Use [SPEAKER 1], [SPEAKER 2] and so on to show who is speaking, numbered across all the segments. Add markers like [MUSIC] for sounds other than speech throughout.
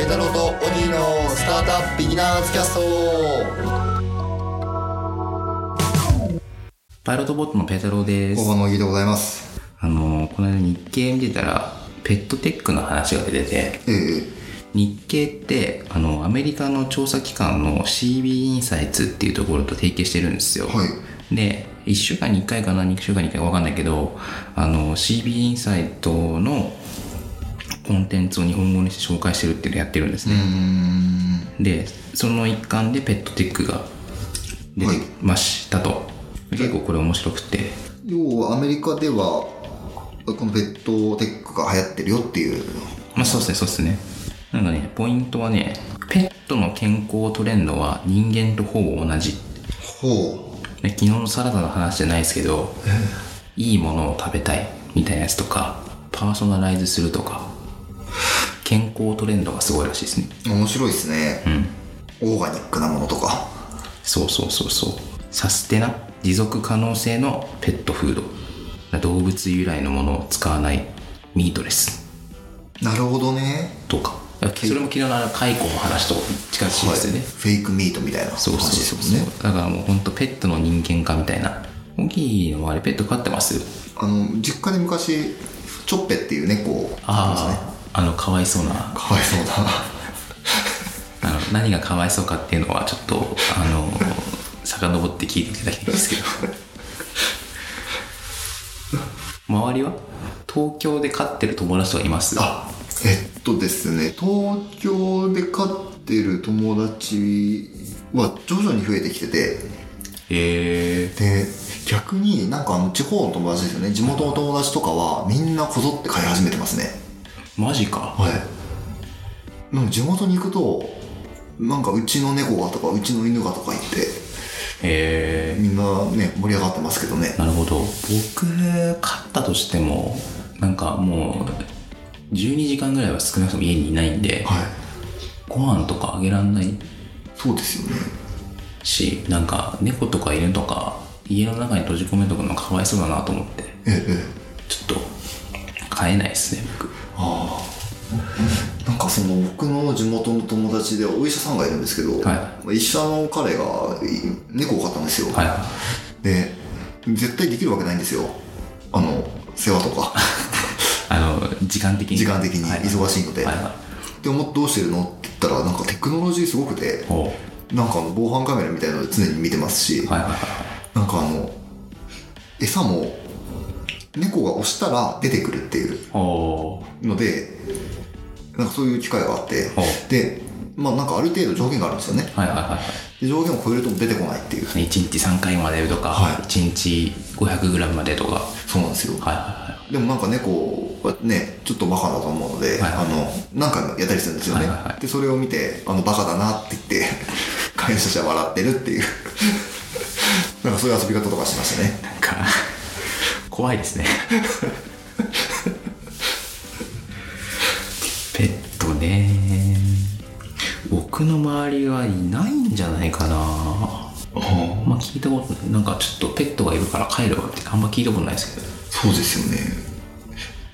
[SPEAKER 1] イ太郎とオギーのスタートアップビギナーズキャスト
[SPEAKER 2] パイロットボットのペタローです
[SPEAKER 1] 大。場のオギーでございます
[SPEAKER 2] あのー、この間日経見てたら、ペットテックの話が出てて、
[SPEAKER 1] ええ
[SPEAKER 2] 日経って、あの、アメリカの調査機関の CB インサイツっていうところと提携してるんですよ。
[SPEAKER 1] はい
[SPEAKER 2] で、1週間に1回かな、2週間に1回かわかんないけど、あの、CB インサイトのコンテンツを日本語にして紹介してるっていうのをやってるんですね。
[SPEAKER 1] うーん
[SPEAKER 2] でその一環でペットテックが出てきましたと、結構これ面白くて
[SPEAKER 1] 要はアメリカではこのペットテックが流行ってるよっていう
[SPEAKER 2] まあそうですねそうですねなんかねポイントはねペットの健康トレンドは人間とほぼ同じ
[SPEAKER 1] ほ
[SPEAKER 2] で昨日のサラダの話じゃないですけどいいものを食べたいみたいなやつとかパーソナライズするとか健康トレンドがすごいらしいですね
[SPEAKER 1] う面白いですねうんオーガニックなものとか
[SPEAKER 2] そうそうそうそうサステナ持続可能性のペットフード動物由来のものを使わないミートレス
[SPEAKER 1] なるほどね
[SPEAKER 2] とかそれも昨日のあの蚕の話と近しいですよね、
[SPEAKER 1] フェイクミートみたいな感じ
[SPEAKER 2] そうそう
[SPEAKER 1] です
[SPEAKER 2] そ
[SPEAKER 1] も
[SPEAKER 2] うん
[SPEAKER 1] ね
[SPEAKER 2] そうだからもうほんとペットの人間化みたいな大きいのはあれペット飼ってます
[SPEAKER 1] あの実家で昔チョッペっていう猫
[SPEAKER 2] ああ、あのかわいそうな
[SPEAKER 1] かわいそうだ
[SPEAKER 2] あの何がかわいそうかっていうのはちょっとあの遡って聞いていただきたいんです [LAUGHS] けど周りは東京で飼ってる友達とかいます
[SPEAKER 1] あえっとですね東京で飼ってる友達は徐々に増えてきてて
[SPEAKER 2] へえ
[SPEAKER 1] で逆になんかあの地方の友達ですよね地元の友達とかはみんなこぞって飼い始めてますね
[SPEAKER 2] マジか
[SPEAKER 1] はいでも地元に行くとなんかうちの猫がとかうちの犬がとか言って
[SPEAKER 2] へ
[SPEAKER 1] みんなね盛り上がってますけどね
[SPEAKER 2] えなるほど僕飼ったとしてもなんかもう12時間ぐらいは少なくとも家にいないんで、
[SPEAKER 1] はい
[SPEAKER 2] ご飯とかあげらんない
[SPEAKER 1] そうですよね
[SPEAKER 2] しなんか猫とか犬とか家の中に閉じ込めとくのかわいそうだなと思って
[SPEAKER 1] ええええ
[SPEAKER 2] ちょっと買えないですね僕
[SPEAKER 1] なんかその僕の地元の友達でお医者さんがいるんですけど、
[SPEAKER 2] は
[SPEAKER 1] 医者の彼がい猫を飼ったんですよ、
[SPEAKER 2] はい
[SPEAKER 1] で絶対できるわけないんですよあの世話とか
[SPEAKER 2] [LAUGHS] あの時間的に
[SPEAKER 1] 時間的に
[SPEAKER 2] はい
[SPEAKER 1] 忙しいので、
[SPEAKER 2] はいは
[SPEAKER 1] で思ってどうしてるのって言ったらなんかテクノロジーすごくて
[SPEAKER 2] いおう
[SPEAKER 1] なんかあの防犯カメラみたいなの常に見てますし、
[SPEAKER 2] はいはいはい
[SPEAKER 1] なんかあの餌も猫が押したら出てくるっていう
[SPEAKER 2] おお
[SPEAKER 1] のでなんかそういう機会があって
[SPEAKER 2] お
[SPEAKER 1] でまあなんかある程度条件があるんですよね
[SPEAKER 2] はいはいはいは
[SPEAKER 1] で上限を超えるとも出てこないっていう
[SPEAKER 2] い1日3回までとか、
[SPEAKER 1] はい
[SPEAKER 2] 1日 500g までとかは
[SPEAKER 1] そうなんですよ
[SPEAKER 2] いはいは
[SPEAKER 1] でもなんか猫はねちょっとバカだと思うので、
[SPEAKER 2] はいはい
[SPEAKER 1] あの何回もやったりするんですよね、
[SPEAKER 2] はいはいはい
[SPEAKER 1] でそれを見てあのバカだなって言って [LAUGHS] 飼い主たちは笑ってるっていう [LAUGHS] なんかそういう遊び方とかしましたね
[SPEAKER 2] いなんか怖いですねペットね僕の周りはいないんじゃないかなあんま聞いたことないなんかちょっとペットがいるから帰るわってあんま聞いたことないですけど
[SPEAKER 1] そうですよね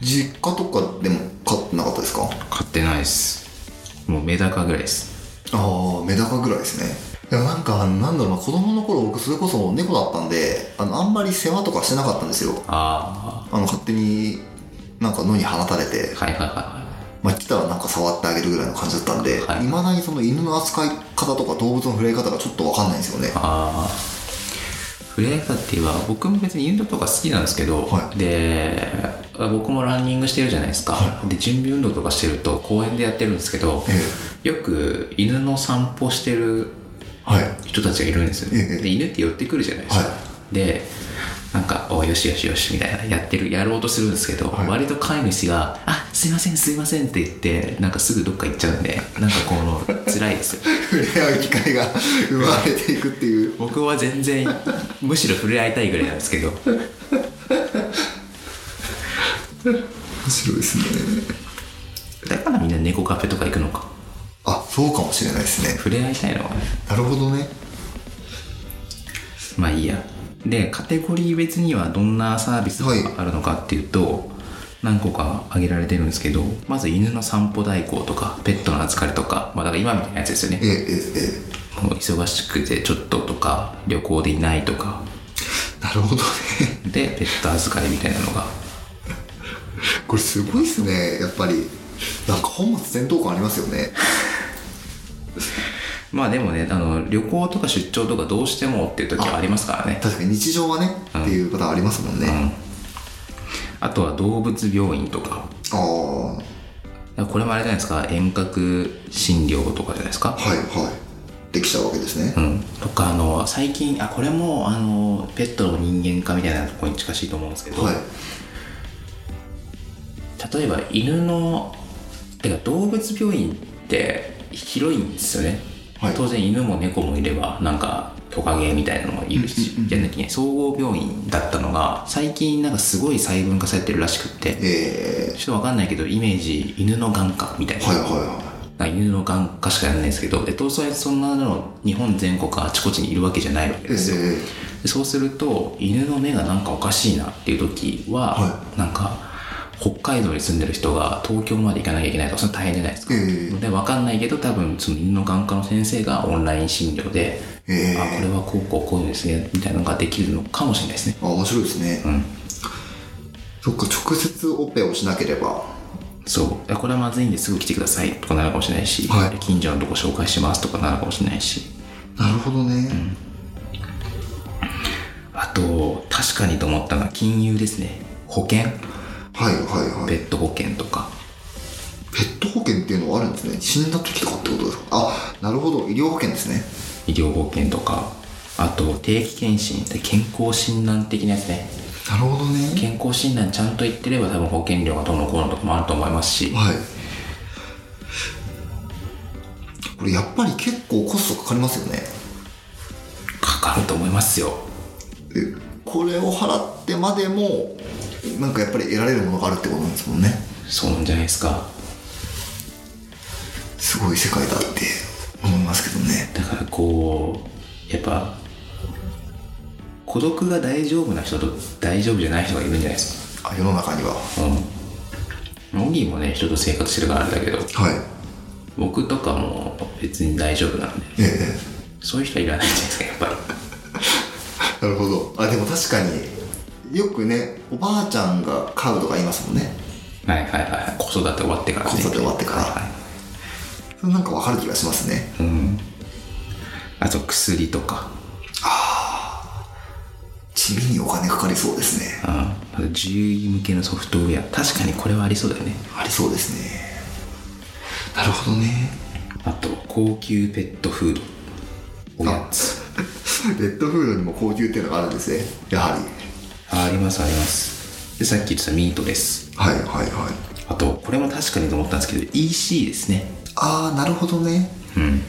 [SPEAKER 1] 実家とかでも飼ってなかったですか
[SPEAKER 2] 買ってないですもうメダカぐらいです
[SPEAKER 1] ああメダカぐらいですねでもなんかなんだろうな子供の頃僕それこそ猫だったんであのあんまり世話とかしてなかったんですよ
[SPEAKER 2] あ
[SPEAKER 1] あの勝手になんか野に放たれて
[SPEAKER 2] あはいはいはいはい
[SPEAKER 1] まあ、来たらなんか触ってあげるぐらいの感じだったんで、
[SPEAKER 2] はい
[SPEAKER 1] いまだにその犬の扱い方とか動物の触れ方がちょっと分かんないんですよね。
[SPEAKER 2] ああフレアタっていえば僕も別に運動とか好きなんですけど、
[SPEAKER 1] は
[SPEAKER 2] であ僕もランニングしてるじゃないですか、で準備運動とかしてると公園でやってるんですけど、よく犬の散歩してる
[SPEAKER 1] はい。
[SPEAKER 2] 人たちがいるんですよ、
[SPEAKER 1] ええ
[SPEAKER 2] で犬って寄ってくるじゃないですか、
[SPEAKER 1] は
[SPEAKER 2] でなんか「およしよしよし」みたいなやってるやろうとするんですけど、
[SPEAKER 1] はい
[SPEAKER 2] 割と飼い主が「あすいませんすいません」って言ってなんかすぐどっか行っちゃうんでなんかこの辛いで
[SPEAKER 1] [LAUGHS]
[SPEAKER 2] すよ
[SPEAKER 1] 触れ合う機会が生まれていくっていう。
[SPEAKER 2] 僕は全然むしろ触れ合いたいぐらいなんですけど
[SPEAKER 1] 面白いですね。
[SPEAKER 2] だからみんな猫カフェとか行くのか
[SPEAKER 1] あ、そうかもしれないですね。
[SPEAKER 2] 触れ合いたいのはね
[SPEAKER 1] なるほどね。
[SPEAKER 2] まあいいやでカテゴリー別にはどんなサービスがあるのかっていうと、何個か挙げられてるんですけどまず犬の散歩代行とかペットの預かりとか、まあ、だから今みたいなやつですよ
[SPEAKER 1] え
[SPEAKER 2] ね
[SPEAKER 1] えええ
[SPEAKER 2] もう忙しくてちょっととか旅行でいないとか
[SPEAKER 1] なるほどね [LAUGHS]
[SPEAKER 2] でペット預かりみたいなのが
[SPEAKER 1] これすごいっすねやっぱりなんか本末転倒感ありますよね
[SPEAKER 2] まあでもねあの旅行とか出張とかどうしてもっていう時はありますからね
[SPEAKER 1] 確かに日常はね、っていう方ありますもんね、
[SPEAKER 2] うんあとは動物病院とか
[SPEAKER 1] あ
[SPEAKER 2] これもあれじゃないですか遠隔診療とかじゃないですか
[SPEAKER 1] あはいはいできちゃうわけですね、
[SPEAKER 2] うん、とかあの最近あこれもあのペットの人間化みたいなところに近しいと思うんですけど、
[SPEAKER 1] はい
[SPEAKER 2] 例えば犬のてか動物病院って広いんですよね、
[SPEAKER 1] はい
[SPEAKER 2] 当然犬も猫もいればなんかトカゲみたいなのもいるし、じゃなきゃいけない総合病院だったのが最近なんかすごい細分化されてるらしくって
[SPEAKER 1] え
[SPEAKER 2] ちょっとわかんないけどイメージ犬の眼科みたい
[SPEAKER 1] え
[SPEAKER 2] な、
[SPEAKER 1] はいはいは
[SPEAKER 2] なんか犬の眼科しかやらないんですけどで当然そんなの日本全国あちこちにいるわけじゃないわけ
[SPEAKER 1] いえ
[SPEAKER 2] ですよ、
[SPEAKER 1] え
[SPEAKER 2] でそうすると犬の目がなんかおかしいなっていう時は、
[SPEAKER 1] は
[SPEAKER 2] なんか北海道に住んでる人が東京まで行かなきゃいけないとかそれ大変じゃないですか、
[SPEAKER 1] え
[SPEAKER 2] で分かんないけど多分その犬の眼科の先生がオンライン診療で、
[SPEAKER 1] ええ
[SPEAKER 2] あこれはこうこうこういうのですねみたいなのができるのかもしれないですね
[SPEAKER 1] あ面白いですね、
[SPEAKER 2] ん
[SPEAKER 1] そっか直接オペをしなければ
[SPEAKER 2] そういやこれはまずいんですぐ来てくださいとかなるかもしれないし、
[SPEAKER 1] はい
[SPEAKER 2] 近所のとこ紹介しますとかなるかもしれないし
[SPEAKER 1] なるほどね、
[SPEAKER 2] あと確かにと思ったのは金融ですね保険
[SPEAKER 1] はいはいはい
[SPEAKER 2] ペット保険とか
[SPEAKER 1] ペット保険っていうのはあるんですね死んだ時とかってことですかあなるほど医療保険ですね
[SPEAKER 2] 医療保険とかあと定期検診で健康診断的なやつね
[SPEAKER 1] なるほどね
[SPEAKER 2] 健康診断ちゃんと言ってれば多分保険料がどうのこうのとかもあると思いますし
[SPEAKER 1] はいこれやっぱり結構コストかかりますよね
[SPEAKER 2] かかると思いますよ
[SPEAKER 1] でこれを払ってまでもなんかやっぱり得られるものがあるってことなんですもんね
[SPEAKER 2] そうなんじゃないですか
[SPEAKER 1] すごい世界だって思いますけどね
[SPEAKER 2] だからこうやっぱ孤独が大丈夫な人と大丈夫じゃない人がいるんじゃないです
[SPEAKER 1] あ世の中には
[SPEAKER 2] かうんオギーもね人と生活してるからあれだけど
[SPEAKER 1] はい
[SPEAKER 2] 僕とかも別に大丈夫なんで
[SPEAKER 1] ええ [LAUGHS]
[SPEAKER 2] そういう人はいらないじゃないですかやっぱ
[SPEAKER 1] な
[SPEAKER 2] り
[SPEAKER 1] るほどあでも確かによくねおばあちゃんが飼うとか言いますもんね
[SPEAKER 2] はいはいはいはい子育て終わってからね
[SPEAKER 1] 子育て終わってから
[SPEAKER 2] はいはい
[SPEAKER 1] それなんかわかる気がしますね
[SPEAKER 2] あと薬とか、
[SPEAKER 1] 地味にお金かかりそうですね
[SPEAKER 2] うん、あと獣医向けのソフトウェア確かにこれはありそうだよね
[SPEAKER 1] ありそうですねなるほどね
[SPEAKER 2] あと高級ペットフードおやつ
[SPEAKER 1] レッドフードにも高級っていうのがあるんですねやはり
[SPEAKER 2] あありますありますでさっき言ってたミートです
[SPEAKER 1] はいはいはい
[SPEAKER 2] あとこれも確かにと思ったんですけど EC ですね
[SPEAKER 1] ああなるほどね
[SPEAKER 2] うん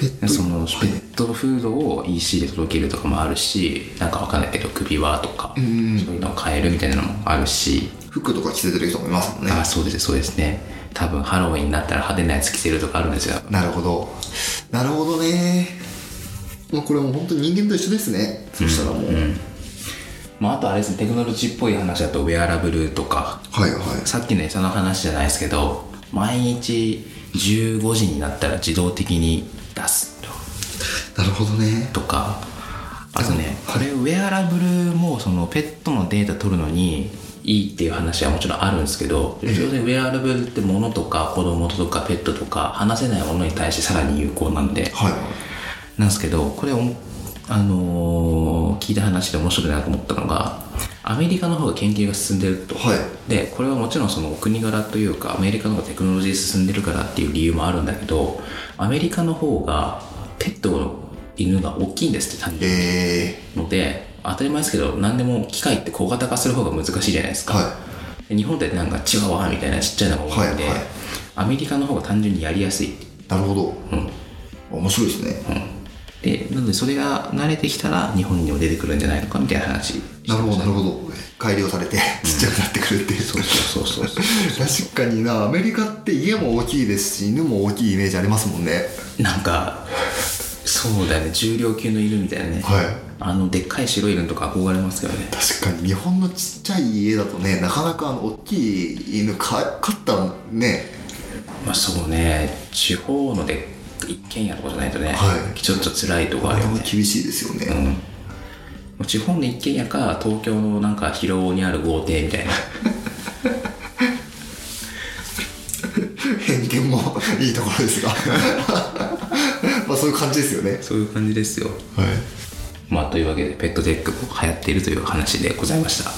[SPEAKER 1] ペット
[SPEAKER 2] そのペットフードを EC で届けるとかもあるしなんかわかんないけど首輪とか、そういうのを買えるみたいなのもあるし
[SPEAKER 1] 服とか着せてる人もいますもんね
[SPEAKER 2] あそうですそうですね多分ハロウィンになったら派手なやつ着せるとかあるんですよ
[SPEAKER 1] なるほどなるほどねまあこれもう本当に人間と一緒ですねそしたらもう、
[SPEAKER 2] まあ、あとあれですねテクノロジーっぽい話だとウェアラブルとか
[SPEAKER 1] はいはい
[SPEAKER 2] さっきの餌の話じゃないですけど毎日15時になったら自動的に出す
[SPEAKER 1] なるほどね
[SPEAKER 2] とかあとねこれウェアラブルもそのペットのデータ取るのにいいっていう話はもちろんあるんですけど当然ウェアラブルって物とか子供とかペットとか話せないものに対してさらに有効なんで
[SPEAKER 1] はい
[SPEAKER 2] なんですけどこれおあのー聞いた話で面白いなと思ったのがアメリカの方が研究が進んでると、
[SPEAKER 1] はい
[SPEAKER 2] でこれはもちろんそのお国柄というかアメリカの方がテクノロジー進んでるからっていう理由もあるんだけどアメリカの方がペットの犬が大きいんですって単純に
[SPEAKER 1] え
[SPEAKER 2] ので当たり前ですけど何でも機械って小型化する方が難しいじゃないです
[SPEAKER 1] ー、
[SPEAKER 2] か、
[SPEAKER 1] は
[SPEAKER 2] で日本ってなんかチワワみたいなちっちゃいのが多いんで、
[SPEAKER 1] はいはい
[SPEAKER 2] アメリカの方が単純にやりやすい
[SPEAKER 1] いなるほど、面白いですね、
[SPEAKER 2] でなのでそれが慣れてきたら日本にも出てくるんじゃないのかみたいな話
[SPEAKER 1] なるほどなるほど改良されてちっちゃくなってくるっていう、
[SPEAKER 2] そうそうそうそ
[SPEAKER 1] 確
[SPEAKER 2] う
[SPEAKER 1] かになアメリカって家も大きいですし犬も大きいイメージありますもんね
[SPEAKER 2] なんかそうだよね重量級の犬みたいなね、
[SPEAKER 1] はい
[SPEAKER 2] あのでっかい白い犬とか憧れますけどね
[SPEAKER 1] 確かに日本のちっちゃい家だとねなかなかあの大きい犬か飼ったらね
[SPEAKER 2] まあそうね地方ので一軒家とかじゃないとね、
[SPEAKER 1] はい
[SPEAKER 2] ちょっと辛いとこあ
[SPEAKER 1] あ
[SPEAKER 2] る
[SPEAKER 1] れ
[SPEAKER 2] よ
[SPEAKER 1] も
[SPEAKER 2] ね
[SPEAKER 1] 厳しいですよね、
[SPEAKER 2] うんもう地方の一軒家か東京のなんか広尾にある豪邸みたいな
[SPEAKER 1] 偏見もいいところ
[SPEAKER 2] [LAUGHS]
[SPEAKER 1] ですがまあそういう感じですよね
[SPEAKER 2] そういう感じですよ
[SPEAKER 1] はい
[SPEAKER 2] まあというわけでペットテックも流行っているという話でございました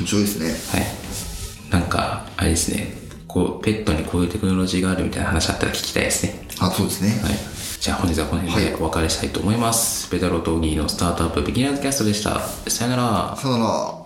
[SPEAKER 1] 面白いですね
[SPEAKER 2] はいなんかあれですねこうペットにこういうテクノロジーがあるみたいな話あったら聞きたいですね
[SPEAKER 1] あそうですね、
[SPEAKER 2] はいじゃあ本日はこの辺でお別れしたいと思います、ペダロとギーのスタートアップビギナーズキャストでしたさよなら
[SPEAKER 1] さよなら